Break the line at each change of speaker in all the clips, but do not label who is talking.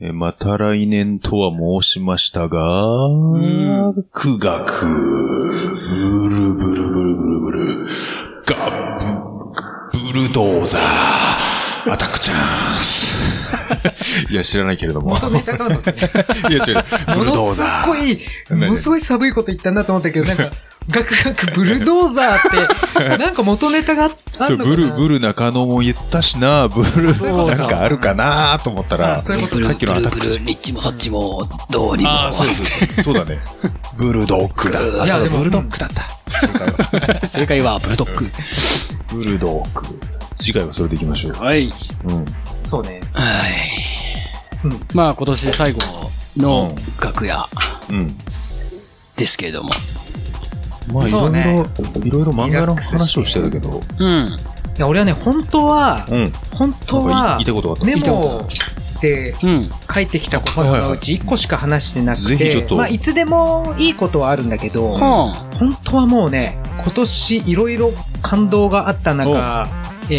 えまた来年とは申しましたが、
ん
苦学、ブルブルブルブルブル、ガブ、ブルドーザー、アタックチャンス。 いや、知らないけれども。い
めちゃかったですね。
や、違う違う。 ブ
も
ルドー
のす
ザ
っごい、
何
ものすごい寒いこと言ったなと思ったけど、なんか、ガクガクブルドーザ ーって、なんか元ネタがあ
ー。
あ
そ
ん
う、
の
ブ
か
ル、
な
ブル中野も言ったしな、ブル、
そういうこと
な
か
んかあるかなと思ったら、
あそういうこと
ブル
さっきのアタック
ブルブル、リッチもサッチも、どうにも。
ああ、そうです。そうだね。ブルドッグだ。あ、
いや
そう
で
だ、
も
ブルドッグだった。
正解は、ブルドッグ。
ブルドッグ。次回はそれでいきましょう。
はい。
うん。
そうね。
はい
うん。
まあ、今年最後の楽屋
うん。
ですけれども。
まあ、い
そ
ろ
う
い
ね
ろ、いろいろ漫画の話をしてたけど、
うん。
いや、俺はね、本当は、
うん。なん
本当
か
は
言い、たいことがあった。
メモで
うん。
書いてきたことのうち1個しか話してなく、
はいはいはいぜひちょってと
まあ、いつでもいいことはあるんだけど、
うん。
本当はもうね、今年いろいろ感動があった中、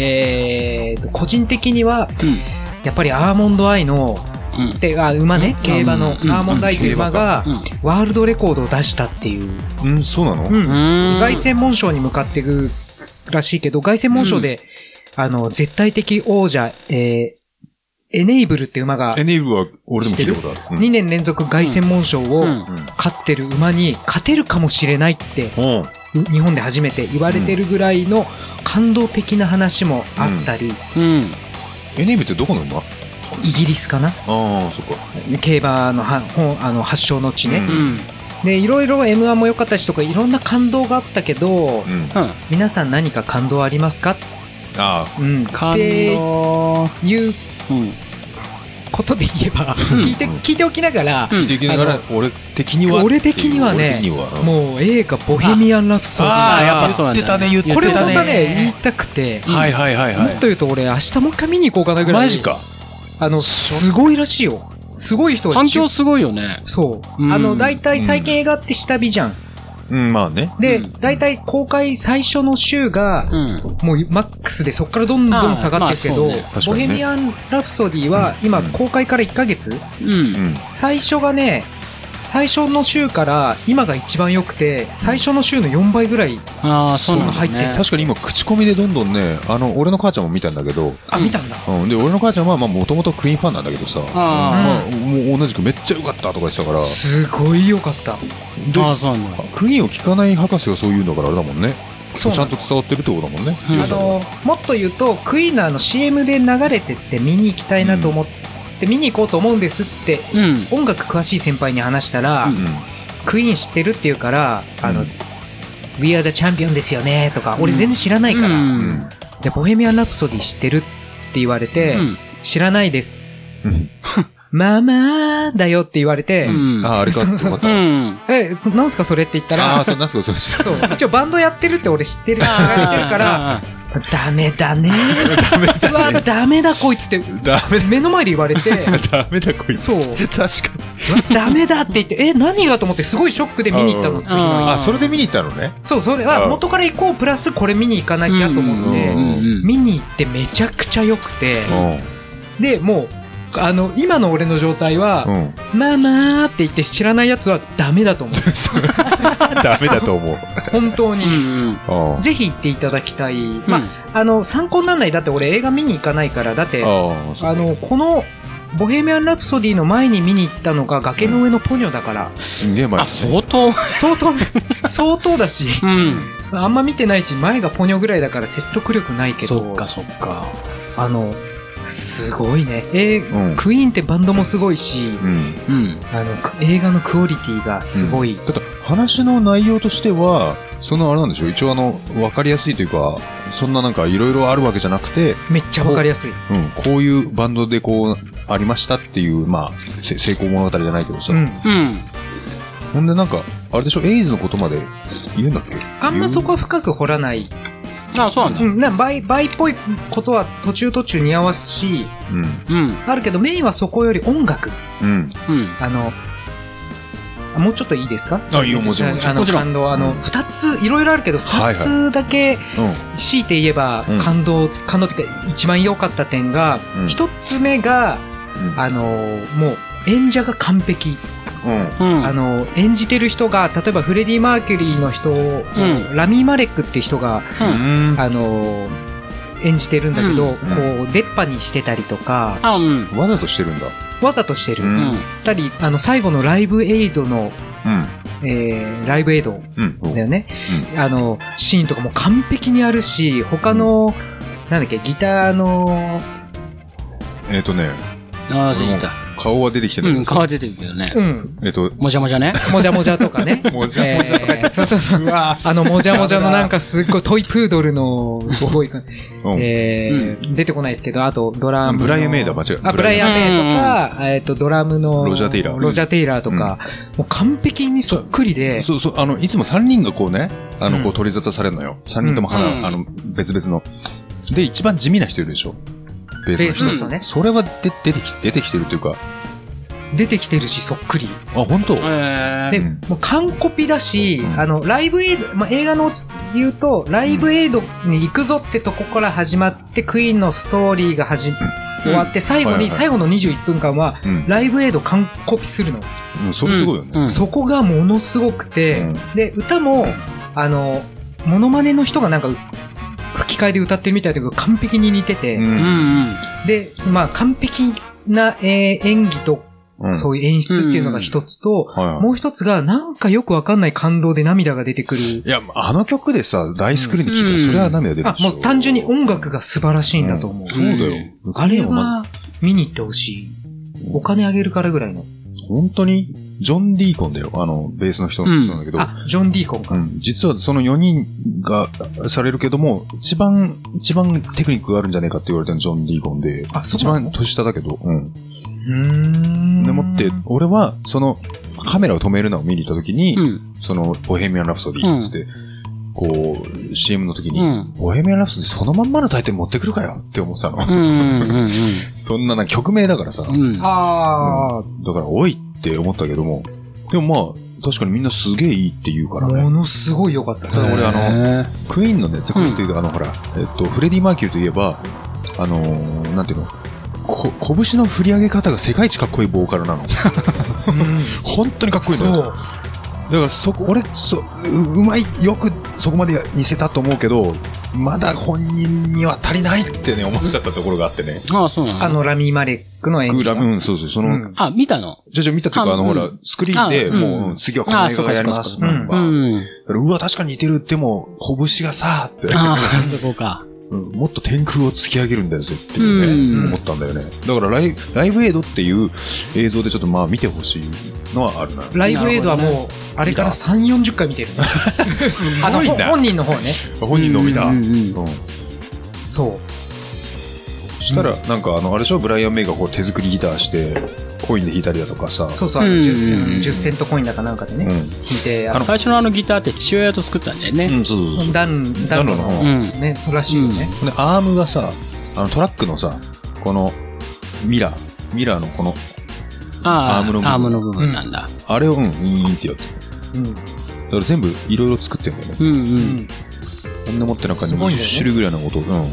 えーと、個人的には、
うん。
やっぱりアーモンドアイの、
うん。
で、あ、馬ね、競馬の、
う
ア
んうん
ーモンドアイという馬が、ワールドレコードを出したっていう、
うん、そうなの
うん
うん。
凱旋門賞に向かっていくらしいけど、凱旋門賞で、あの、絶対的王者、えーエネイブルって馬が
エ、ネイブは俺でも聞いたことある。
2年連続凱旋門賞
うん。
を
うん。
勝ってる馬に勝てるかもしれないって、
うん。うん
う日本で初めて言われてるぐらいの感動的な話もあったり、
うん。
エネイブってどこの馬
イギリスかな
ああ、そっか。
競馬のは本あの発祥の地ね。
うん
うん。
で、いろいろ M1 も良かったしとか、いろんな感動があったけど、
うん。
うん。
皆さん何か感動ありますか
ああ、
うん。っ
感
て
動。
いう
うん。
ことで言えば、聞いて、聞いておきながら、
うん
聞いてながら、俺的には。
俺的にはね
俺的にはうん
もう映画ボヘミアン・ラプソディ
あーやっぱ
ー
そうなんだ
言
ー
これ
言ってた
本
ね
当はね、言いたくて、
はいはいはい
も
は。
っと言うと俺、明日もう一回見に行こうかないぐらい。
マジ。か。
あの、すごいらしいよ。すごい人が
反響すごいよね。
そう。
うん
あの、大体最近映画って下火じゃん。
うん、まあね。
で、
うん
大体公開最初の週が、
うん。
もうマックスでそこからどんどん下がってるけど、
あーまあそうね
確か
ボ
にね
ヘミアン・ラプソディは今公開から1ヶ月、
う。
うんん。
最初がね、最初の週から今が一番良くて、最初の週の4倍ぐらい、
ああ、そうなんだ
そう入っ
ね。
確かに今、口コミでどんどんね、あの、俺の母ちゃんも見たんだけど、
あ、
うん
見たんだ。
うん、で俺の母ちゃんはもともとクイーンファンなんだけどさ
あ
まあ、もう同じくめっちゃ良かったとか言ってたから
すごい良かった。
あ。あ
で
あ、そうなんだ。
クイーンを聴かない博士がそう言うんだからあれだもんねち
そうな
ゃ
の
んと伝わってるってことだもんね、
うん
リ
あ
オさんは
の、もっと言うと、クイーンのあの CM で流れてって見に行きたいなと思って、見に行こうと思うんですって、
うん。
音楽詳しい先輩に話したら、
うん
クイーン知ってるって言うから、あの、
うん
We are the champion ですよねとか、俺
うん
全然知らないから、
う
うん
ん
で、ボヘミアン・ラプソディ知ってるって言われて、
うん
知らないです。
うん
ママだよって言われて、
うん
あああれか
そうそうそう
よかっ
うん。
え、そなんすかそれって言った
たあ
ら
あ、そうなんすかそう 知ら
そう一応バンドやってるって俺知ってる、知られてるから、
ら、
ダメだね。ダメだうわ、ダメだこいつって、
ダメ
目の前で言われて、うわ
だダメだこいつ
そう
確かに
ダメだって言って、え、何がと思ってすごいショックで見に行った
う
の、
ん
次の日。
あー
あそれで見に行ったのね
そう、それは
うん
元から行こう、プラスこれ見に行かなきゃと思って、
うんうん
見に行ってめちゃくちゃ良くて、
う
で、もう、あの、今の俺の状態は、
ん、うん、
ママーって言って知らないやつはダメだと思う。
ダメだと思う
本当に。
うん。
あ
ぜひ行っていただきたい。まあ、
ま
あの、参考にならない。だって俺映画見に行かないから、だって、あ
あそう
の、この、ボヘミアン・ラプソディの前に見に行ったのが崖の上のポニョだから、
すげえ前
あ、相当。
相当、相当だし、
うん。
そうあんま見てないし、前がポニョぐらいだから説得力ないけど、
そっかそっか。
あの、すごいね。えー
うん
クイーンってバンドもすごいし、
うん
うん。
あの、く映画のクオリティがすごい。
だって話の内容としてはそのあれなんでしょう一応あの分かりやすいというかそんななんかいろいろあるわけじゃなくて、
めっちゃわかりやすい。
うん、こういうバンドでこうありましたっていう、まあ、せ成功物語じゃないけどさ、
うん。
うん。
ほんでなんかあれでしょエイズのことまで言うんだっけ
あんまそこは深く掘らない。
あ、そうなん
う
だ。
ん、な倍、倍っぽいことは途中途中に合わすし、
うん
うん。
あるけどメインはそこより音楽。
うん
うん。
あの、あもうちょっといいですか
あいいよもちろんもちろん
あの、
もちろん
感動、あの、
うん
二つ、いろいろあるけど、
はいはい
二つだけ強いて言えば
うん、
感動、感動って一番良かった点が
う、ん
一つ目が、
うん
あのもう演者が完璧、
うん。
うん。
あの演じてる人が例えばフレディ・マーキュリーの人を、
ん
ラミー・マレックっていう人が、
うん。
うん。
あの演じてるんだけど、
うん
こう出っ歯にしてたりとか
あ、うん。
わざとしてるんだ。
わざとしてる、
う
うんん。
たりあの最後のライブエイドの、
うん。
えーライブエイド
うん。
だよね、あのシーンとかも完璧にあるし他の、なんだっけギターの
えっとね、
ああ、そうした。
顔は出てきてな
う
いん
ん、
だけど
顔出てるけどね。
うん
えっと、
もじゃもじゃね。
もじゃもじゃとかね
もじゃもじゃとか言って
えーそうそうそう
うわ
あの、もじゃもじゃのなんかすっごいトイプードルの、すごい、
ぁうん。
えー出てこないですけど、あとドラムの。
ブライアンメイだ間違え
あ、ブライアンメイとか、えっと、ドラムの、
ロジャーテイラー
ロジャーテイラーとか、もう完璧にそっくりで、
そうそう、あの、いつも三人がこうね、あ
う
の、
ん
こう取り沙汰されるのよ。三人とも花、
うん
あの、別々の。で、一番地味な人いるでしょ。ベ
ベ
ー
ー
ス
ス
の
の
人。
人ね、
それはで出てき、出てきてるというか、
出てきてるし、そっくり。
あ、本当
え
で、
うん
もう完コピだし
う、ん
あの、ライブエイド、まあ、映画の言うと、ライブエイドに行くぞってとこから始まって、クイーンのストーリーが始ま終わって、最後
はい
に、
はい
最後の21分間は、
うん。
ライブエイド完コピするの。
うんそれすごいよね。
そこがものすごくて、
うん
で、歌も、あの、モノマネの人がなんか、吹き替えで歌ってるみたいだけど、完璧に似てて、
うんうん。
で、まあ、完璧な、えー演技と、
うん
そういう演出っていうのが一つと、
はいはい
もう一つが、なんかよくわかんない感動で涙が出てくる。
いや、あの曲でさ、大スクリーンで聴いたら、
うん
それは涙出る
あ
で、しょ。
もう単純に音楽が素晴らしいんだと思う。
そうだよ。
あれ
お前
は、見に行ってほしい。お金あげるからぐらいの。
本当に、ジョン・ディーコンだよ。あの、ベースの人
うん
なんだけど、
あ、ジョン・ディーコン
う
か。
ん、実はその4人がされるけども、一番、一番テクニックがあるんじゃねえかって言われてるジョン・ディーコンで、
あ、そう
一
な
番
の
年下だけど、うん。
うーん。
でもって、俺は、その、カメラを止めるのを見に行った時に、
うん。
その、ボヘミアン・ラプソディっつって、こう、CM の時に、
うん
ボヘミアン・ラプソディそのまんまのタイトル持ってくるかよって思ってたの。
うんうんうん
そんなな、曲名だからさ、
うん。うん。
あ
だから、おいって思ったけども、でもまあ、確かにみんなすげえいいって言うか
あ、
らね
も。のすごい良かった。
ただ俺あの
へ
クイーンのね、ザクリというか、あの、ほら、えっと、フレディ・マーキュリーといえば、あのー、なんていうの、こ、拳の振り上げ方が世界一かっこいいボーカル なの。
うん
本当にかっこいいんだ
そ
よ。
う。
だから、そこ、俺、そ、ううまい、よくそこまで似せたと思うけど、まだ本人には足りないってね、思っちゃったところがあってね。
えああ、そうな
あ
の
の、ラミー・マレックの演技
グ
が。
ラム、うん、そうそう、その、
うん
あ、見たの
じゃじゃ見たっていうか、
あ
あの、ほら
うん、
スクリーンで、
あうん
もう、次はこの映画がやりま
あそ
す。
う
かそ
う
うか
ん
う
だ
か
うん。
からうわ、確かに似てる。でも、拳がさーって。
ああ、 そこか。
うんもっと天空を突き上げるんだよぜっていうね、
うん
思ったんだよね。だからライライブエイドっていう映像でちょっとまあ見てほしいのはあるな。
ライブエイドは
なる
もう、あれから3、40回見てる。あの、
ごいな
ほ本人の方ね。
本人のを見た。
う
うんん
うんうん
そ
そしたら、なんかあの、あれでしょ、ブライアン・メイがこう手作りギターして、コインで弾いたりだとかさ
う。。そうそう、あ
う
の
ん
10, 10セントコインだかなんかで
う
ね、
ん。
聞いて、あ
最初のあのギターって父親と作ったんだよね。
うん、そうそうそう
の、。ダン、ダ
暖
ンの
炉の
方
方
うん。
ね、そうらしいよね。
で、アームがさ、あのトラックのさ、このミラー、ミラーのこの、
ああ、
アームの部分
アームの部分なんだ。
あれをうん、イーンってやって。
うん。
だから全部いろいろ作ってんだよね。
うんう。
うんん。
こんな持ってなんか
すごいんだよね
20種類ぐらいの音。うん。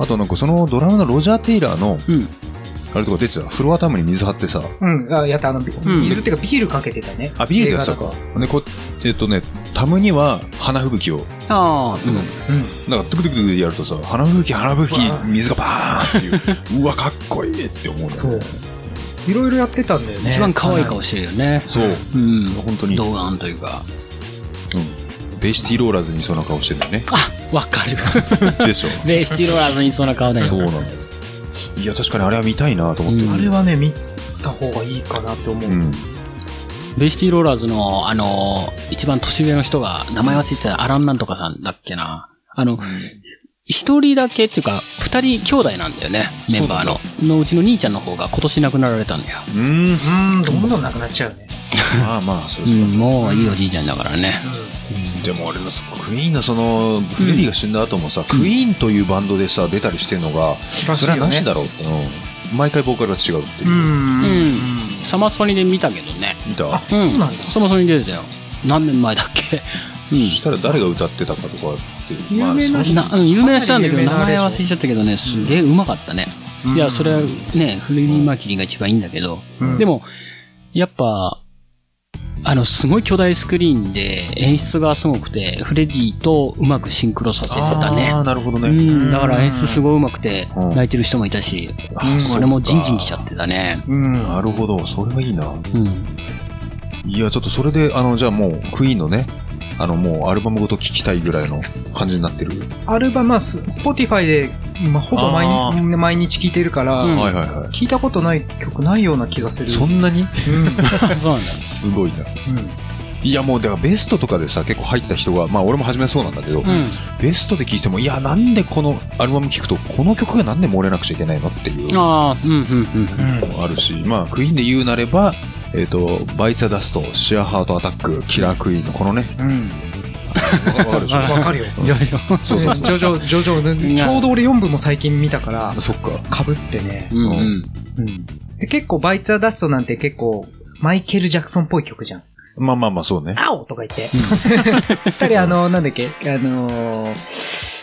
あとなんかそのドラムのロジャー・テイラーの、
うん。
あれとか出てたフロア頭に水張ってさ、
うん。あ、やった、あの、ビ
ん
水っていうかビールかけてたね。
あ、ビールでやって
映
た
画
か
だと。
で、こえっとね、タムには花吹雪を、
ああ、うん。
うん。
なんかトゥクトゥクトゥクでやるとさ、花吹雪、花吹
うわ
雪、水がバーンって いう、うわ、かっこいいって思うのよね。
そう。いろいろやってたんだよね。
一番可愛い顔してるよね。
そう。
うん。
本当に。うん
童顔というか。。。
ベイシティローラーズにそんな顔してる よね
あ、わかる。
でしょ。
ベイシティローラーズにそんな顔だ
そう
よ。
なのよ。いや、確かにあれは見たいなと思って。
うん
あれはね、見た方がいいかなって思う。
うん。
ベイシティローラーズの、あの、一番年上の人が、名前忘れてたらアランなんとかさんだっけな。あの、一人だけっていうか、二人兄弟なんだよね、メンバーの。のうちの兄ちゃんの方が今年亡くなられたんだよ。
うん。
うん、どんどんなくなっちゃうね。
まあまあ、そう
う、
そうん
もういいおじいちゃんだからね。
でも俺のそクイーンのそのフレディが死んだ後もさ、クイーンというバンドでさ出たりしてるのが、
らしい
そ
よね
れはなしだろうって、うん毎回ボーカルが違うって
う
いう、
ん。
う
うんん。
サマソニで見たけどね。
見た、
あ、そうなんだ。
サマソニ出てたよ。何年前だっけ
そしたら誰が歌ってたかとかっていう、
有名な
その
うん。な、うん有名な人なんだけど、名前忘れちゃったけどね、すげえうまかったね。
う
いや、それはね、フレディ・マーキュリーが一番いいんだけど、
うん
でも、やっぱ、あの、すごい巨大スクリーンで演出がすごくて、フレディとうまくシンクロさせてたね。
ああ、なるほど
う
ね。
ん、だから演出すごいうまくて、
うん
泣いてる人もいたし、
あ
それもじんじん来ちゃってたね。
うん。
なるほど、それはいいな。
うん。
いや、ちょっとそれで、あの、じゃあもう、クイーンのね、あの、もうアルバムごと聴きたいぐらいの感じになってる。
アルバムはス、スポティファイで、まあ、ほぼ毎
あ
日、毎日聴いてるから、
うん
はいはいは
聞いたことない曲ないような気がする。
い。そんなに
うん。うん。
そうなん
すごいな。いや、もう、だからベストとかでさ、結構入った人が、まあ俺も初めそうなんだけど、
だ。うん。
ベストで聴いても、いや、なんでこのアルバム聴くと、この曲がなんで漏れなくちゃいけないのっていう。
ああ、うん、うん、うん。
あるし、まあ、クイーンで言うなれば、えっ、と、バイツ・ダスト、シア・ハート・アタック、キラー・クイーンのこのね、
うん。
わかるでしょ
は。い
わかるよ。
上々。
そうそう
ジョジョ、ジョジョ、ちょうど俺4部も最近見たから、
そっか。
被ってね。
うん、
う
うん。
うん。で結構、バイツアダストなんて結構、マイケル・ジャクソンっぽい曲じゃん。
まあまあまあ、そうね。
青とか言って。二人あの、なんだっけ、あのー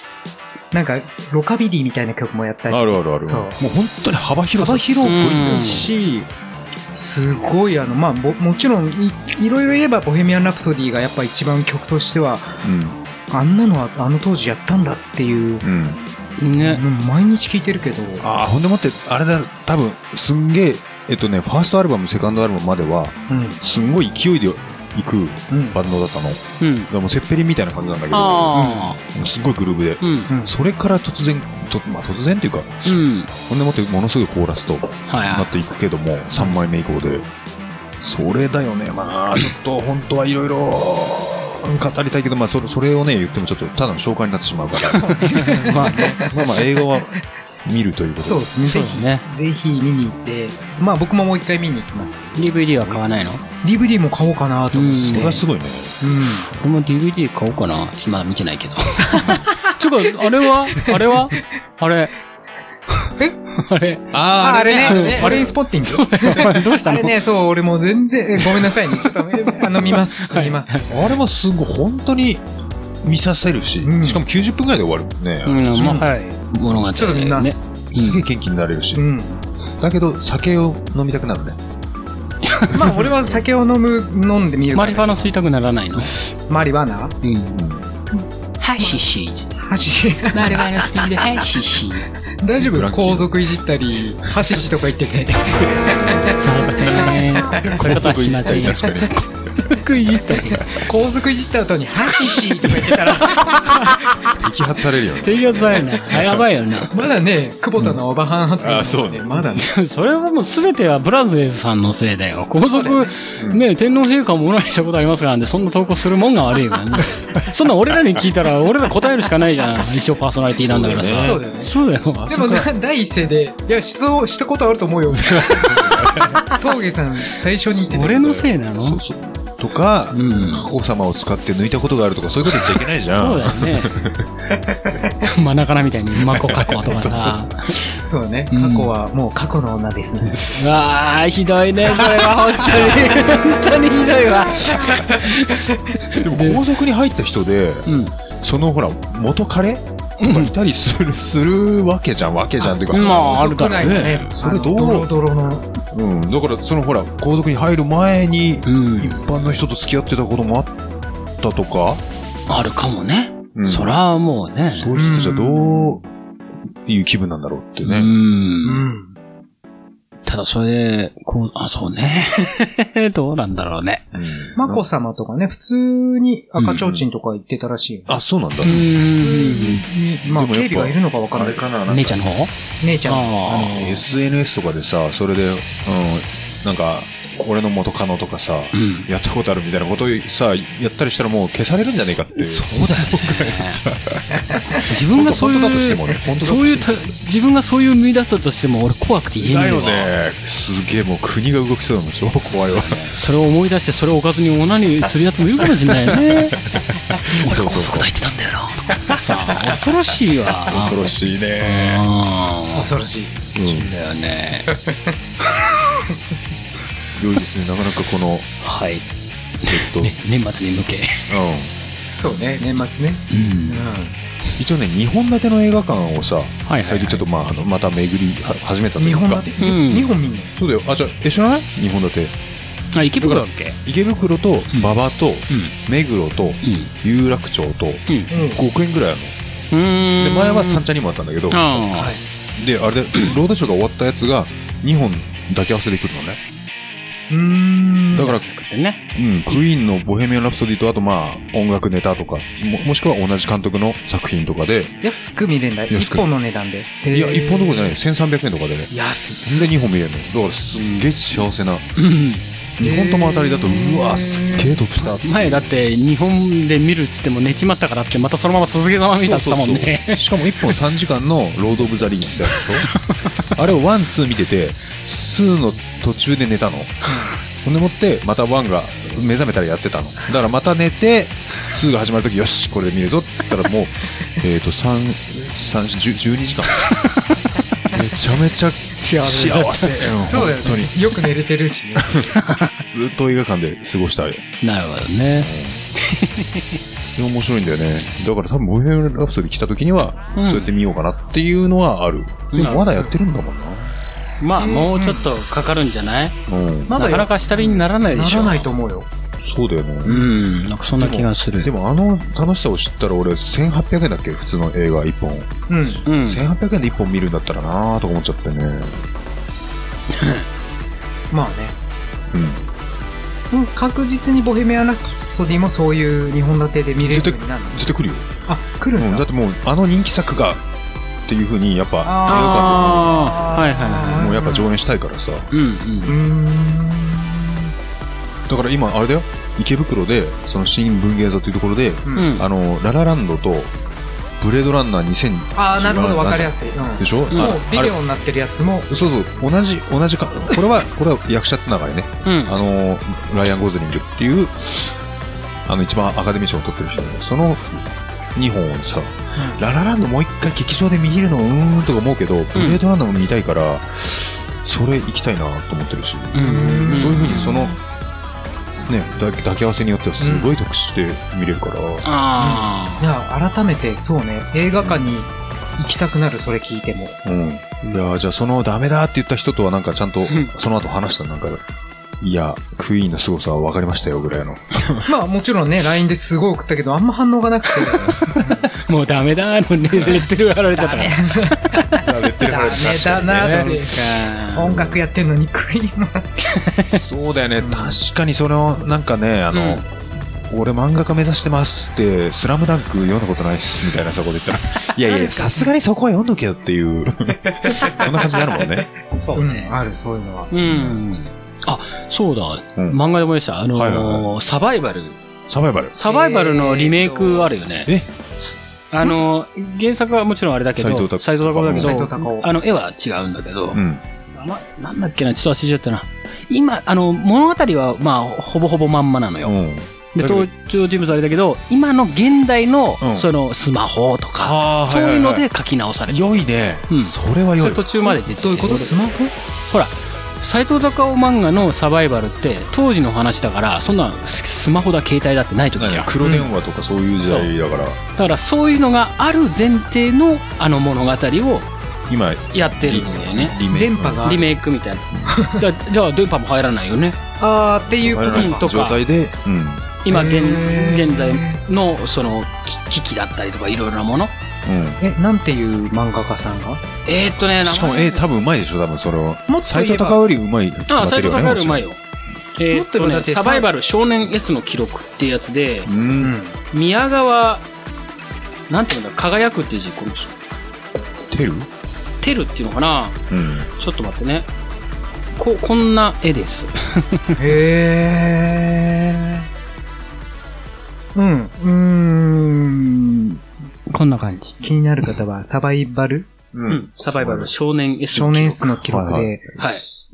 なんか、ロカビリーみたいな曲もやったり。
あるあるある。
そう
もう本当に幅広さ
幅広
すごいんだよ
いし、すごいあの、まあ、ももちろんい、いろいろ言えば、ボヘミアン・ラプソディがやっぱ一番曲としては、あんなのはあの当時やったんだっていう、
うん。うん。
ね。
もう毎日聴いてるけど、
ああ、ほんでもって、あれだ、多分、すんげえ、えっとね、ファーストアルバム、セカンドアルバムまでは、
う
すんごい勢いで行く
ん、うん。
バンドだったの。だか
うん。
らもう、セッペリンみたいな感じなんだけど、
あ
すっごいグルーブで。
あ、うん。
それから突然、とまあ突然っていうか、
うん。
ほんでもってものすごいコーラスと、
はい
な
は
っていくけども、3枚目以降で。それだよね、まあ、ちょっと本当はいろいろ語りたいけど、まあそれ、それをね、言ってもちょっとただの紹介になってしまう から、
い。まあね。
まあまあ映画は見るということで。
そうですね。
そう
ぜ
で
ひ
す、ね。
ぜひ見に行って、まあ僕ももう一回見に行きます。
DVD は買わないの
DVD も買おうかなと思っ
そ
て。
れはすごいね。
うん。
俺も DVD 買おうかな。ちょっとまだ見てないけど。 ちょっと、あれはあれはあ れ。
え
あれ。
あ
あれね、あれ
あれ
スポッティン グ。
どうした
あ
の
れね、そう、俺もう全然、えごめんなさいね。ちょっと、えあの、見ます、
はい
見ます。
あれはすごい、本当に見させるし、
うん
しかも90分ぐらいで終わるもんね。
うん、まあ、
はい。
物語
ちょっとみんな、
ね。
すげえ元気になれるし、
うん。
だけど酒を飲みたくなるね。
まあ、俺は酒を飲む、飲んでみるか
マ
ら
リファナ吸いたくならないの。
マリワナ
うん。
うん
はい、シシーって。
ハシシ。
マリファナ吸いで、はい、シシー。
大丈
ブラ
夫
ッキー
皇族いじったり、ハシシとか言っ てて。
させん。 それはしません よ。
確かに。
くいじったり。
皇族いじった後に、ハシシとか言って たら、
激発されるよね。
低圧だよね。あやばいよね。
まだね、久保田のオバハン発言、
あそうね
まだ ね。
それはもう全てはブラズエズさんのせいだよ。皇族、ね、天皇陛下もおられしたことありますからね、そんな投稿するもんが悪いからね。そんな俺らに聞いたら、俺ら答えるしかないじゃん。一応パーソナリティなんだからさ。
そうだよね
そうだよ。
あ
で
そ
も
こ
な、第一声で、いや、した、したことある と思うよ。峠さん、最初に言ってた
俺のせいなの
そうそう。とか、
うん
加工様を使って抜いたことがあるとか、そういうこと言っちゃいけないじゃん。
そうだよね。マナカナみたいにマコカコとかさ。
そうだね。過
うん
去は、もう過去の女です
う
ね。
わあ、ひどいね、それは本当に。本当にひどいわ。
でも皇族に入った人で、
うん。
そのほら、元彼とかいたりする、 するわけじゃん、わけじゃんっていうか。
まあ、あるだ
国
ろ
内
う。
ね
のね、
それどう
あのドロドロの。
うん。だから、そのほら、皇族に入る前に、
うん
一。般の人と付き合ってたこともあったとか、
あるかもね。
うん
そらもうね。
そういう人たちはどういう気分なんだろうって
う。
ね。
うんん。
ただそれで、こう、あ、そうね。どうなんだろうね。
うん
眞子さまとかね、普通に赤ちょうちんとか行ってたらしいよ。
あ、そうなんだ。
うん。
まあ、
でもやっぱ
警備がいるのかわか
あ
らな
れ
い。
かな、なんか
姉ちゃんの方
姉ちゃん。
あ
あの
SNS とかでさ、それで、うん、なんか、俺の元カノとかさ、
あ。うん。
やったことあるみたいなことをさ、やったりしたらもう消されるんじゃねえかって。
そうだよね。自分がそういう、
本当だとしてもね本当だとして
そ
も
ういうた、自分がそういう身だったとしても俺怖くて言えな
だ
い
よ
わ。
ね。すげえもう国が動きそうだもん、超怖いわ。
それを思い出してそれをおかずにオナニーするやつもいるかもしれないよね。俺高速台行ってたんだよな。とかさ、恐ろしいわ。
恐ろしいね。
あ
恐ろしい。
うん
あ。だよね。
良いですね、なかなかこの、
はい。
ちょっと、うん。
年末に向け。
そうね、年末ね。うん。
一応ね、2本立ての映画館をさ、
はいはい
最近ちょっとまあ、あのまた巡りは始めたという
日
か。
本立て、
うん
日本見んの
そうだよ。あ、じゃあえ、知らない日本立て。
あ、池袋だっけ
池袋と
ん
馬場と
うん。
目黒と
う
有楽町と
ん。うん。
うん
5億円ぐらいある
う
の。
ー
で、
ん
前は三茶にもあったんだけど、
あ
で、あれで、 ロードショーが終わったやつが2本だけ合わせてくるのね。
うーん
だ
あ。
から、
作ってね。
うん、クイーンのボヘミアン・ラプソディと、あとまあ、音楽ネタとか、ももしくは同じ監督の作品とかで、
安く見れんだ
安
一
く
本の値段で
いや、1本どころじゃない
い
よ。1300円とかでね。
安
で2本見れるのよだからすんげえ幸せな
うん。
日本とも当たりだと
へー
うわすっげえ得した
前だって日本で見るっつっても寝ちまったからっつってまたそのまま鈴木様見たっつったもん
そうそう
ね。
そうしかも1本3時間の「ロード・オブ・ザ・リング」ってあるでしょあれをワンツー見ててツーの途中で寝たのほんでもってまたワンが目覚めたらやってたのだからまた寝てツーが始まるときよしこれで見るぞっつったらもうえっと3 3 12時間めちゃめちゃ幸せ
幸
うん
そうだよ
本当に
ねよく寝れてるしね
ずっと映画館で過ごしたあれ
なるほどね。
で面白いんだよね。だから多分、ボヘミアン・ラプソディ来た時には、
うん
そうやって見ようかなっていうのはある。
うん
でもまだやってるんだもんな。
まあもうちょっとかかるんじゃない
うん。
まだ
なかなか下火にならないで
な
しょ。
らないと思うよ
そうだよね。
うん。なんかそんな気がする。
でもあの楽しさを知ったら俺1800円だっけ普通の映画1本、
うん
うん。
1800円で1本見るんだったらなーとか思っちゃってね
まあね
うん
うん確実にボヘミアン・ラプソディもそういう2本立てで見れるようになるの
絶対来るよ、
あ来る
うんん、
だ
だってもうあの人気作がっていうふうにやっぱ映画館
ああ、はいはいは
でもうやっぱ上演したいからさ
い。うん
うーん
だから今あれだよ池袋でその新文芸座というところで
う
うんん。うん。
あの、ララランドと、ブレードランナー2000
ああなるほど分かりやすい、うん、
でしょ、
ん
あ
もうビ
あ
デ
れ
オになってるやつも
そうそう、同じ、同じか、これは、これは役者つながりね。
うん。
あの、ライアン・ゴズリングっていう、あの、一番アカデミー賞を取ってる人でその2本をさ、ララランドもう一回劇場で見れるの、うーんとか思うけど、ブレードランナーも見たいから、それ行きたいなと思ってるし、
うん
そういうふうにその、ね、だ抱き合わせによってはすごい得して見れるから、
あ
いや改めてそうね映画館に行きたくなるそれ聞いても
うん。いやーじゃあそのダメだって言った人とはなんかちゃんと
ん
その後話したなんか、いや、クイーンの凄さは分かりましたよぐらいの。
まあもちろんね LINE ですごい送ったけどあんま反応がなくて
あ。もうダメだーのね、レッテルが貼 られちゃったから。
ダメ
ダメだなそれ
そ
音楽やってんのに食いの
そうだよね。確かにその、なんかね、あの、俺漫画家目指してますって、スラムダンク読んだことないっす、みたいなそこで言ったら。いやいや、さすがにそこは読んどけよっていう、こんな感じになるもんね。
そううん
あるそういうのは
うん。あ、そうだ。
うん
漫画で思い出した。あのー
はいはい
サバイバル。
サバイバル。
サバイバルのリメイクあるよね。
え
あのー、原作はもちろんあれだけど、
斎藤隆
斎藤隆
そう
斎
だ
藤
け
隆
ど、
夫
あの、絵は違うんだけど、
うん。
ななんだっけな、ちょっと忘れちゃったな。今、あの、物語は、まあ、ほぼほぼまんまなのよ。
うん。
で、
だけど
登場人物あれだけど、今の現代の、
うん
その、スマホとか、
あー
そういうの
はは
で書き直されてる。
良いね
う。ん
それは
そ
良
れ
い。
途中まで出てて
どういうことスマホ
斎藤隆夫漫画のサバイバルって当時の話だからそんなススマホだ携帯だってない時じゃんだ
黒電話とかそういう時代だから、
からそういうのがある前提のあの物語を
今、
やってるんだよね
リメイク
電波が
リメイクみたいなだじゃあ電波も入らないよ ね
あーっていうこと
入らないとか
状態で、うん。
今現
へー
現在のその機機器だったりとかいろいろなもの
えなんていう漫画家さんが
えー、っとね
うん、しかも、
名前
え、多分うまいでしょ、多分それは。
もっと
斎
言
藤
えば
隆よりうまい。決ま
あ
って
斎
る
藤
よね
隆夫うまい。よえーっと
もっと言えばだっ
ね
て
サバイバル少年 S の記録ってやつで
もちろんう
うん
ん。
宮川なんていうんだ輝くっていう字この
テルうん。
テルっていうのかなちょっと待ってね。こ、こんな絵です。
へえうんうーん
こんな感じ。
気になる方はサバイバル
う
うん。サバイバル少年 S
少
の記
年
録。
スの記録で、
はいは
はい。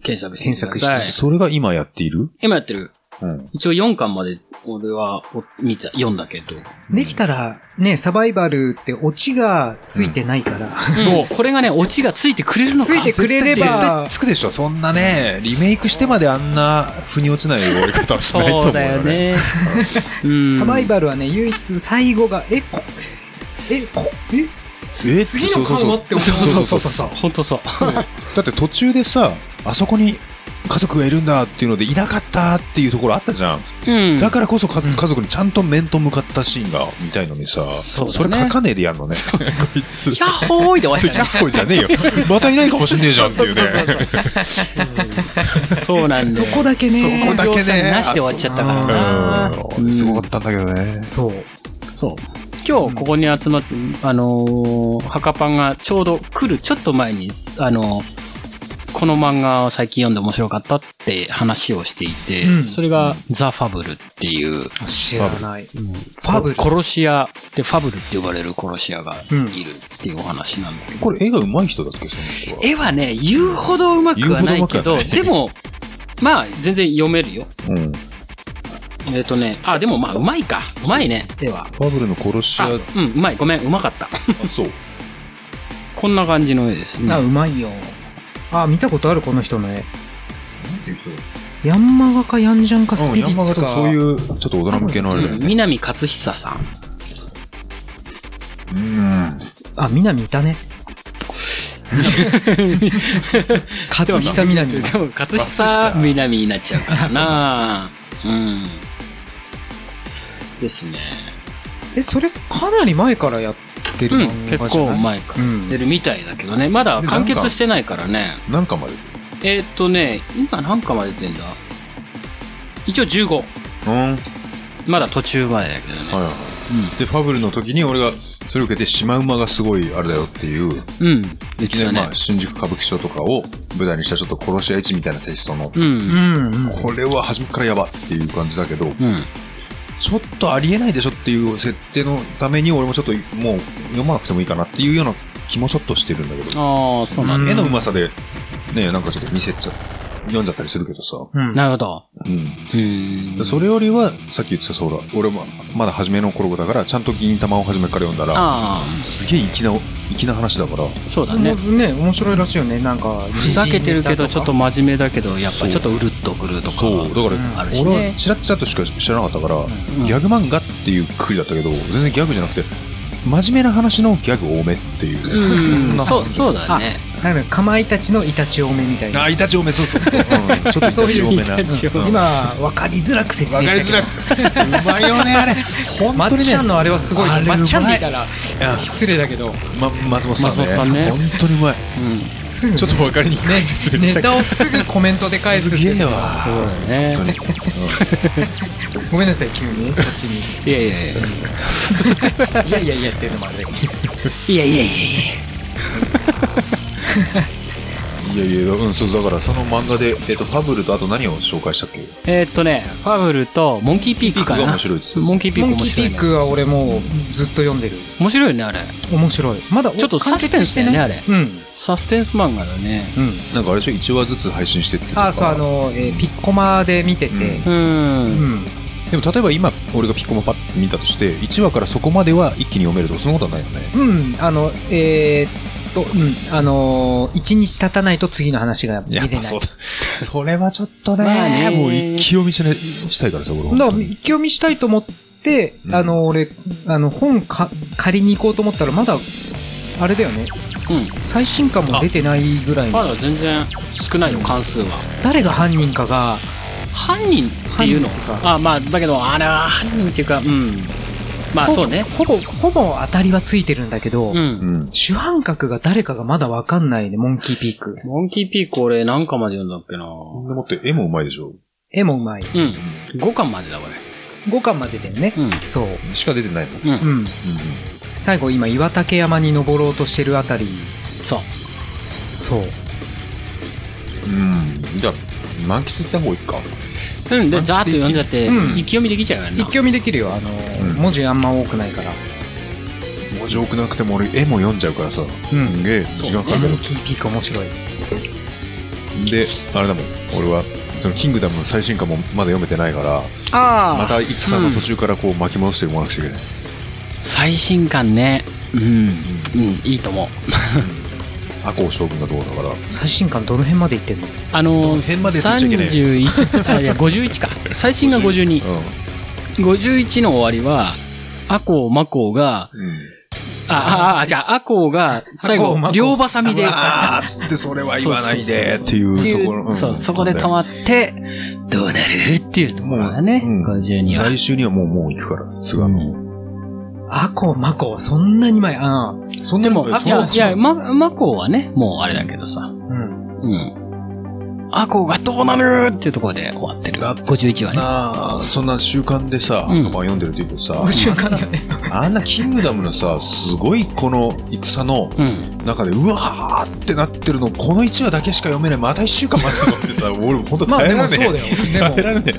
検索してみてください。
検索
それが今やっている
今やってる。
うん。
一応4巻まで俺はお見た、読んだけど。
できたら、ね、サバイバルってオチがついてないから、
そう。これがね、オチがついてくれるのか。
ついてくれれ
絶
ば
対、つくでしょ、そんなね、リメイクしてまであんな腑に落ちない終わり方はしないと
そ
思
う
う
だ
よ
よ
ね。
ね。うん。
サバイバルはね、唯一最後が、え、こえ、こ、え
え
次の
そう
缶
そ
は
う
っ
そ
て
う
思
そうそう
そうそう。本当そう。
だって途中でさ、あそこに家族がいるんだっていうので、いなかったっていうところあったじゃん。
うん。
だからこそか家族にちゃんと面と向かったシーンが見たいのにさ、
そうだね
れ書かねえでやんのね。こい つ。
ヤッホーいで終わっ
そ
ち
れ
ゃうね。
100個じゃねえよ。またいないかもしんねえじゃんっていうね。
そうそうそうなんだ
そ
よ。
こだけね。
そこだけね
なしで終わっちゃったからな。
うんすごかったんだけどね。
そう。
そう。今日ここに集まって、あのー、ハカパンがちょうど来るちょっと前に、あのーこの漫画を最近読んで面白かったって話をしていて、
うん
それがザ・ファブルっていう、
知らない。フ
フ
ァブル。
殺し屋でファブルって呼ばれる殺し屋がい
うん
るっていうお話なんだけど、
これ絵が上手い人だっけその人は。
絵はね、言うほどうまくはないけ
言うほど
ど、
うまくはな
でも、まあ全然読めるよ。
うん。
えっ、とね、あ、でもまあうまいか。うまいね、絵は。
ファブルの殺し
あ、
屋
うん、うまい。ごめん、うまかった。
そう。
こんな感じの絵ですね。
あ、うまいよ。あ、見たことあるこの人の絵。ヤンマガかヤンジャンかス
うん、
ピリ
ヤンマ
ッ
ガ
ツ
と
か。
かそういう、ちょっと大人向けのあれだよ
うん
ね。
南勝久さん。
うん。
あ、みなみいたね。勝久みなみ。
でも、勝
勝
久
久
南になっちゃうから な。うん。ですね。
え、それかなり前からやってる
うん、
漫
結
画じゃ
構
ない、
前からやってるみたいだけどね。まだ完結してないからね。
なんかまで。
えーっとね、今何巻まで出てんだ一応15。
うん。はい
まだ途中前だけどね。
はい。で、ファブルの時に俺が、それを受けて、シマウマがすごいあれだよっていう、
うん。
い
で
きな
きた
り
ね
まあ、。新宿歌舞伎町とかを舞台にしたちょっと殺し屋市みたいなテイストの、
うん。うん。
うんうん。
これは初めからやばっていう感じだけど、
うん。
ちょっとありえないでしょっていう設定のために、俺もちょっともう読まなくてもいいかなっていうような気もちょっとしてるんだけど、
ああ、そうなんだ。
絵のうまさで、ね、なんかちょっと見せちゃ、読んじゃったりするけどさ、
うん。
なるほど。
うん。
うん。
それよりは、さっき言ってたそうだ、俺もまだ初めの頃だから、ちゃんと銀玉を初めから読んだら、
あ
すげえ粋な、粋な話だから、
あ、そうだね
ね。ね、面白いらしいよね、なんか。
ふざけてるけど、ちょっと真面目だけど、やっ
そ
ぱ
う
ちょっとうるっとくるとか。
そう、だから、
うん
あるしね
俺はチラッチラッとしか知らなかったから、
ん
ギャグ漫画っていうくくりだったけど、全然ギャグじゃなくて、真面目な話のギャグ多めっていうね。
うん、そう、そうだ
だ
ね
ね。なんか、かまいたちのイタチ多めみたいな。
あ、イタチ多め、そうそうそ う。うんちょっとイタチ多めな。
そういうイタチ多め
うん
今、わかりづらく説
わ
明
かりづら
した
く。うまいよね、あれ。
けど。ま
本
っ
当に
ちゃん
ね。
のあれはすごい
あれ。うまい
まっちゃんでいたら、失礼だけど、
ま、松本
松本さ
さ
ん
ん
ね
ね。本当にうまい。
すぐね、
ちょっ とわかりにくく説明
ね
した
ネ
けど
タをすぐコメントで返すっ
す
てい
げ
う
え
の
わ
は。
ね
本当に。
ごめんなさい、急に、そっちに。
いやいやいや。
いやいやいやっていうのもあれだけど。
いやいやい
いやいや、うん、そう、だからその漫画で、えっと、ファブルとあと何を紹介したっけ
や。えーっとね、ファブルとモンキーピーク
ピー
か
クが
な
面白いです。
モンキーピー
モ
ク
ンキ
面白い
ーピー
ね。
クは俺もうずっと読んでる。
面白いよね、あれ。
面白い。まだ
ちょっとサスペンスだよね、あれ。
うん。
サスペンス漫画だね。
うん。
なんかあれでしょ、1話ずつ配信してってとか
あーそうあの、えーピッコマで見てて、
う
う
うん
ん。
でも例えば今、俺がピッコマパッと見たとして、1話からそこまでは一気に読めるとか、そんなことはないよね。
うん、あの、えーっと、うん、あのー一日経たないと次の話が見れない。
だ。それはちょっとね、
まあね
もう一気読みし,、ね、したいからさ、俺
だ
は
から、一気読みしたいと思って、
うん
あの、俺、あの、本か、借りに行こうと思ったら、まだ、あれだよね、
うん。
最新刊も出てないぐらい
ま
の、
だ全然少ないよ、関数は。
誰が犯人かが、
犯人っていうの
犯人と
あ、まあ、だけど、あれは犯人っていうか、うん。まあ、
ほぼ
そうね。
ほぼ、ほぼ当たりはついてるんだけど、
うん
う。ん。
主犯格が誰かがまだわかんないね、モンキーピーク。
モンキーピーク俺何巻まで読んだっけな
でもって絵もうまいでしょ。
絵もうまい。
うん。5巻までだ、これ。
5巻までだよね。
うん。
そう。
しか出てないの。うん
うん
う。ん。最後今、岩竹山に登ろうとしてるあたり、
そう。
そう。
うん。うん。じゃあ、満喫行った方がいいか。
うん、で、ざーっと読んじゃって、
うん
一気読みできちゃうからね。
一気読みできるよ。あの、
うん
文字あんま多くないから。
文字多くなくても俺絵も読んじゃうからさ。
うん
すげえ、時間かかるけど
モンキーピーク面白い。
で、あれだもん、俺は、そのキングダムの最新刊もまだ読めてないから、
ああ。
また一さんの途中からこう巻き戻して読まなくちゃいけない。
最新刊ね。うん。うん、いいと思う。
赤穂将軍がどうだから。
最新刊どの辺まで行ってんの
あのー、
辺まで言っちゃいけない
31、あ、いや、51か。 最新が52。
う
51の終わりは、アコー、マコーが、
ん。うん。
あ、ああ、じゃあ、アコーが最
アコー
後
マコ、ー
両バサミで、
あーつってそれは言わないでっていう、
ってい
この
う、そう、そこで止まって、どうなるっていうところだね、
うん
52は。
来週にはもう、もう行くから。すがの。
アコ、マコ、そんなに前、ああ。
そん
で
な
も、いや、い
や、
や、ま、マコはね、もうあれだけどさ。
うん。
うん。アコがどうなるっていうところで終わってる。
だ
51はね。
なあ、そんな習慣でさ、
うん
カバン読んでるっていうとさ、
瞬間だよね。
あんなキングダムのさ、すごいこの戦の
うん。
中で、うわーってなってるの、この1話だけしか読めない、また1週間待つのって さ、俺ほんと
まあ
耐え
で
ら
も
れ
そう
ね
だ
え。耐
よ。
えられね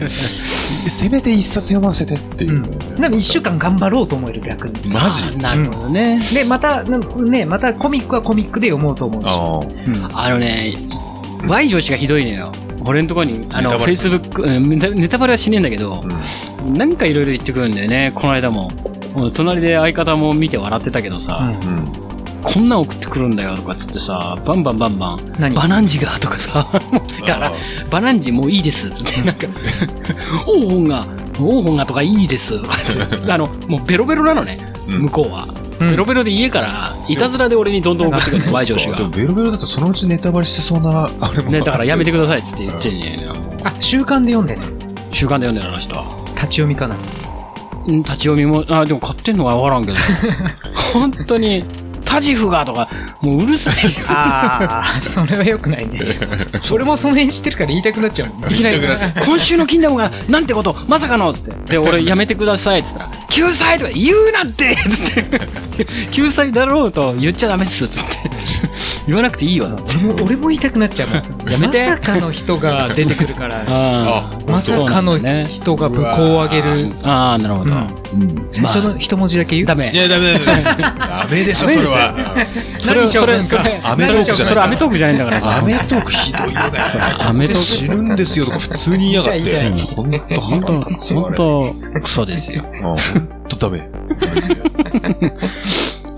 え。せめて一冊読ませてっていうね。
でも、なんか一週間頑張ろうと思える逆に。
マジ
あなるほどね。
で、また、なんね、またコミックはコミックで読もうと思うし。
ああ。
あ
うん
のね、Y 上司がひどいのよ。俺のところに、あの、
ネタバレ
Facebook、うんネタネタバレはしねえんだけど、
う
なんかいろいろ言ってくるんだよね、この間も。うん隣で相方も見て笑ってたけどさ、
うん
ん。
こんなん送ってくるんだよとかっつってさ、バンバンバンバン、
何
バナンジがとかさ、もうだから
あ、
バナンジもういいですっつって、なんか、オーホンが、オーホンがとかいいですとかって、あの、もうベロベロなのね、
うん
向こうは。
うん
ベロベロで家から、いたずらで俺にどんどん送ってくるの、Y 上司が
で。もベロベロだとそのうちネタバレしてそうな、あれも。
ね、だからやめてくださいっつって言ってんねんな。
あ、週刊で読んでね。
週刊で読んでるあの人は。
立ち読みかな。
うん立ち読みも、あ、でも買ってんのかわからんけど。本当に、タジフがとか、もううるさいよ。
ああ、 それは良くないね。 俺もその辺してるから言いたくなっちゃうね。
いきなり
言ってくださ、
今週のキンダムが、なんてこと、まさかのっつって。で、俺、やめてくださいっつったら、救済とか言うなってっつって。 救済だろうと言っちゃダメっすっつって。言わなくていいわっつって。
俺も俺も言いたくなっちゃうもん。
やめて
まさかの人が出てくる から。
あ
あ、
まさかの
そうなんだね
人が武功を上げる。
あ、ああ、なるほど。
うん。
最初の一文字だけ言う。
ダ
メ。
メ
い。や、ダメだよ。ダメでしょ、それは。
それ、
何しよ
そうれ、
か
それ、
アメトークじゃない
それアメトークじゃないんだから
ア
さ。
メトークひどいよね。
アメトーク
死ぬんですよとか普通に言いやがっ
痛い
て。
痛
ほんと
本
腹
当
立つよ、あ
本
れ。
当クソですよ。
うんほんとダメ。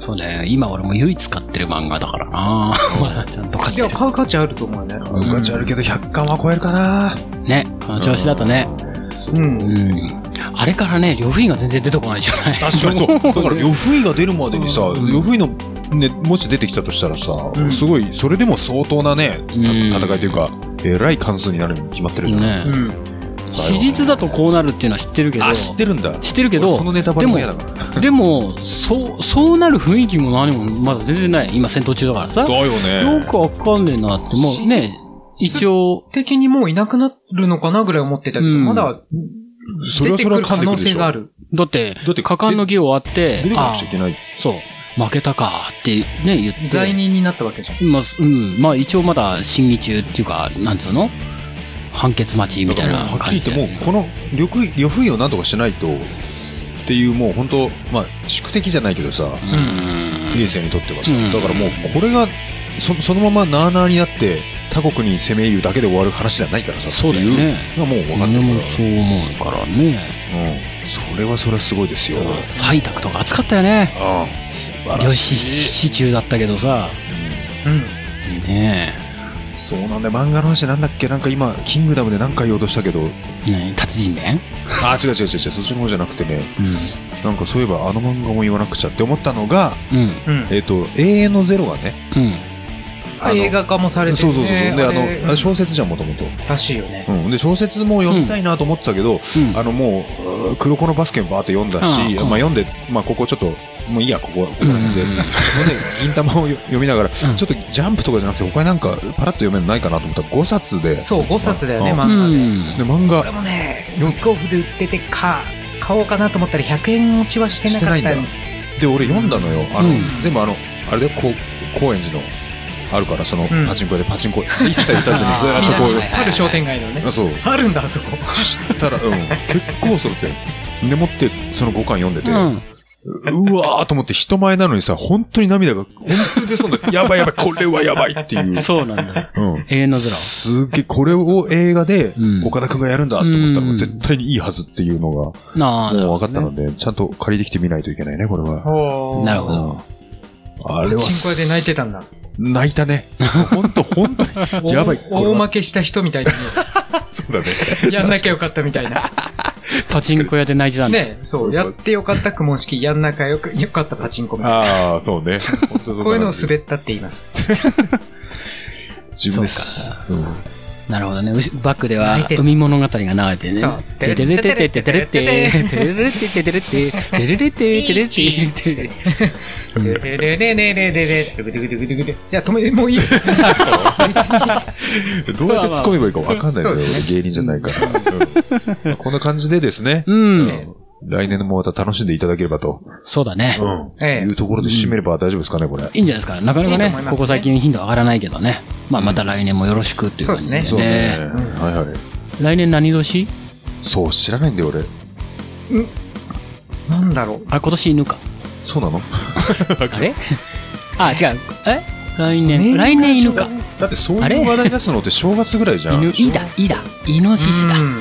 そうね、今俺も唯一買ってる漫画だからな ちゃんと買っ
い
て
や、
る。
買う価値あると思うね。
ガチあるけど100巻は超えるかな。
ね、この調子だとね。
うん。
うん。あれからね、呂布院が全然出てこないじゃない。
確かにそう。だから、呂布医が出るまでにさ、呂布医の、ね、もし出てきたとしたらさ、
ん
すごい、それでも相当なね、た
うん
戦いというか、えらい関数になるに決まってるんだ
ね
う、ん。
史実だとこうなるっていうのは知ってるけど。
あ、知ってるんだ。
知ってるけ
俺
ど、
そのネタバレも嫌だから。
でも、でも、そう、そうなる雰囲気も何もまだ全然ない。今戦闘中だからさ。よ
だよね。
くわかんねえなって。もうね、一応、
的にもういなくなるのかなぐらい思ってたけど、
うん
まだ
それ
出
は
て
そ
く
れは
る
噛
可
んでく
能
るで
性
し
があ
ょ。
る。
だって
だって、
果敢の儀を終わって
出て、こな
あ
くちゃいけない。
そう、負けたかってね、言って。
罪人になったわけじゃん。
まあ、すうん。まあ、一応まだ審議中っていうか、なんつうの判決待ちみ
だ
た
か
い
ら
な
もうはっき
感
り
じで。
言ってもうこの呂不韋呂不韋をなんとかしないとっていうもう本当まあ宿敵じゃないけどさ
う
永
ん。
世にとってはさ、
うん
だからもうこれがそそのままなあなあになって他国に攻め入るだけで終わる話じゃないからさ
そうだよね
っていうのはもう分かってる
俺
から、
もそう思うからね。
うん、それはそれはすごいですよ、あ
採択とか熱かったよね。
あ素晴
よ
らし
し、
い、
市中だったけどさ。
うん。
ね
うんそうなんだよ漫画の話なんだっけなんか今キングダムで何か言おうとしたけど
え。ねえ達人伝
ああ違う違う違う違うそっちの方じゃなくてねなんかそういえばあの漫画も言わなくちゃって思ったのが
うん。うん。
うん。
えっ、と、永遠のゼロがね、
うん。
あの
映画化もされて
そうそうそうそう、で、あ
あれ
の、あ小説じゃん、もともと。
らしいよね。
うん。で、小説も読みたいなと思ってたけど、
うん。
あの、もう、うー黒子のバスケもバーって読んだし、
うん
まあ読んで、まあここちょっと、もういいや、ここは、ここら辺で。
う
うんん、で、銀玉をよ読みながら、ちょっとジャンプとかじゃなくて、他になんか、パラッと読めるのないかなと思ったら、5冊で。
そう、5冊だよね、
うん
う
漫画で。
ん。
で、漫
これ
画、
もね、ブックオフで売ってて、か、買おうかなと思ったら100円落ちはしてなかっ
してな
た
いんだで、俺読んだのよ。あの、
うん
全部あの、あれで、こう、高円寺の、あるから、その、
うん
パチンコ屋でパチンコ、一切打た ずにずーっとこ
あーみんな
う
はい、
ある商店街のね
あ。そう。
あるんだ、あそこ。
したら、うん、結構それって。でもって、その5巻読んでて、う
う。
んわーと思って人前なのにさ、本当に涙が、本当に出そうになって、やばいやばい、これはやばいっていう。
そうなんだ。
うん。
永遠の空。
すげえ、これを映画で
うん、
岡田くんがやるんだと思ったら、
うん
絶対にいいはずっていうのが、も
なあ
う分かったので、ちゃんと借りてきてみないといけないね、これは。
な
な
るほど。
あれは、
チンコ屋で泣いてたんだ。
泣いたね。本当本当に、やばい。
大大
こ
負けした人みたい に、
れはそうだね。
やんなきゃよかったみたいな。
パチンコ屋で泣いてたんだ。
ね、そう、やってよかった雲式、やんなかよくよかったパチンコみたい
ああ、そうね。本当そ
な。こういうのを
る。
滑ったって言い ます。
自分です。うん
なるほどね。うしバックでは
泣いて、る
海物語が流れてね
そう。
てれれててててれて、てれれてててれて、てれれててれて、てれれ
ででででででででぐでぐでぐでぐでいや、止め、もういいよ。
どうやって突っ込めばいいかわかんないの
まあまあ
よ、
そう
俺
です
芸人じゃないから。うんこんな感じでですね、
うん。
来年もまた楽しんでいただければと、
そうだね。
ええ
いうところで締めれば大丈夫ですかね、これ。
いいんじゃないですか。なかなか
いいと
ね
思います、ね
ここ最近頻度上がらないけどね。まあ、また来年もよろしくっていう感じで。
そ
そうね。はいはい。
来年何年
そう、知らないんだよ、俺。
なんだろう。
あれ、今年犬か。
そうなの
あれあ、違う。え来年。
年賀
来年犬か。
だってそう
あ
い
れ
う話題出すのって正月ぐらいじゃん。
犬、いだ、いだ。イノシシだ
う。ん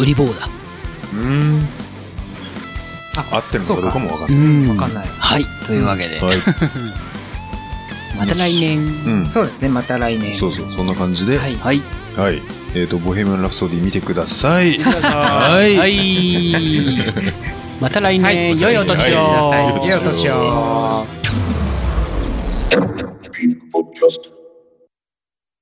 売り棒だ。
うん。
あ
合ってるのかどうかもわかんな
う
い。
ん。
わかんない。
はい。というわけで、
はい。
また来年。
うん。
そうですね、また来 年。
そうそう、そんな感じで。
はい。
はい。
はい。えっと、ボヘミアン・ラプソディ見てください。は。
はいい。 また来年、良いお年
はい
を。
良いお年を。
Podcast.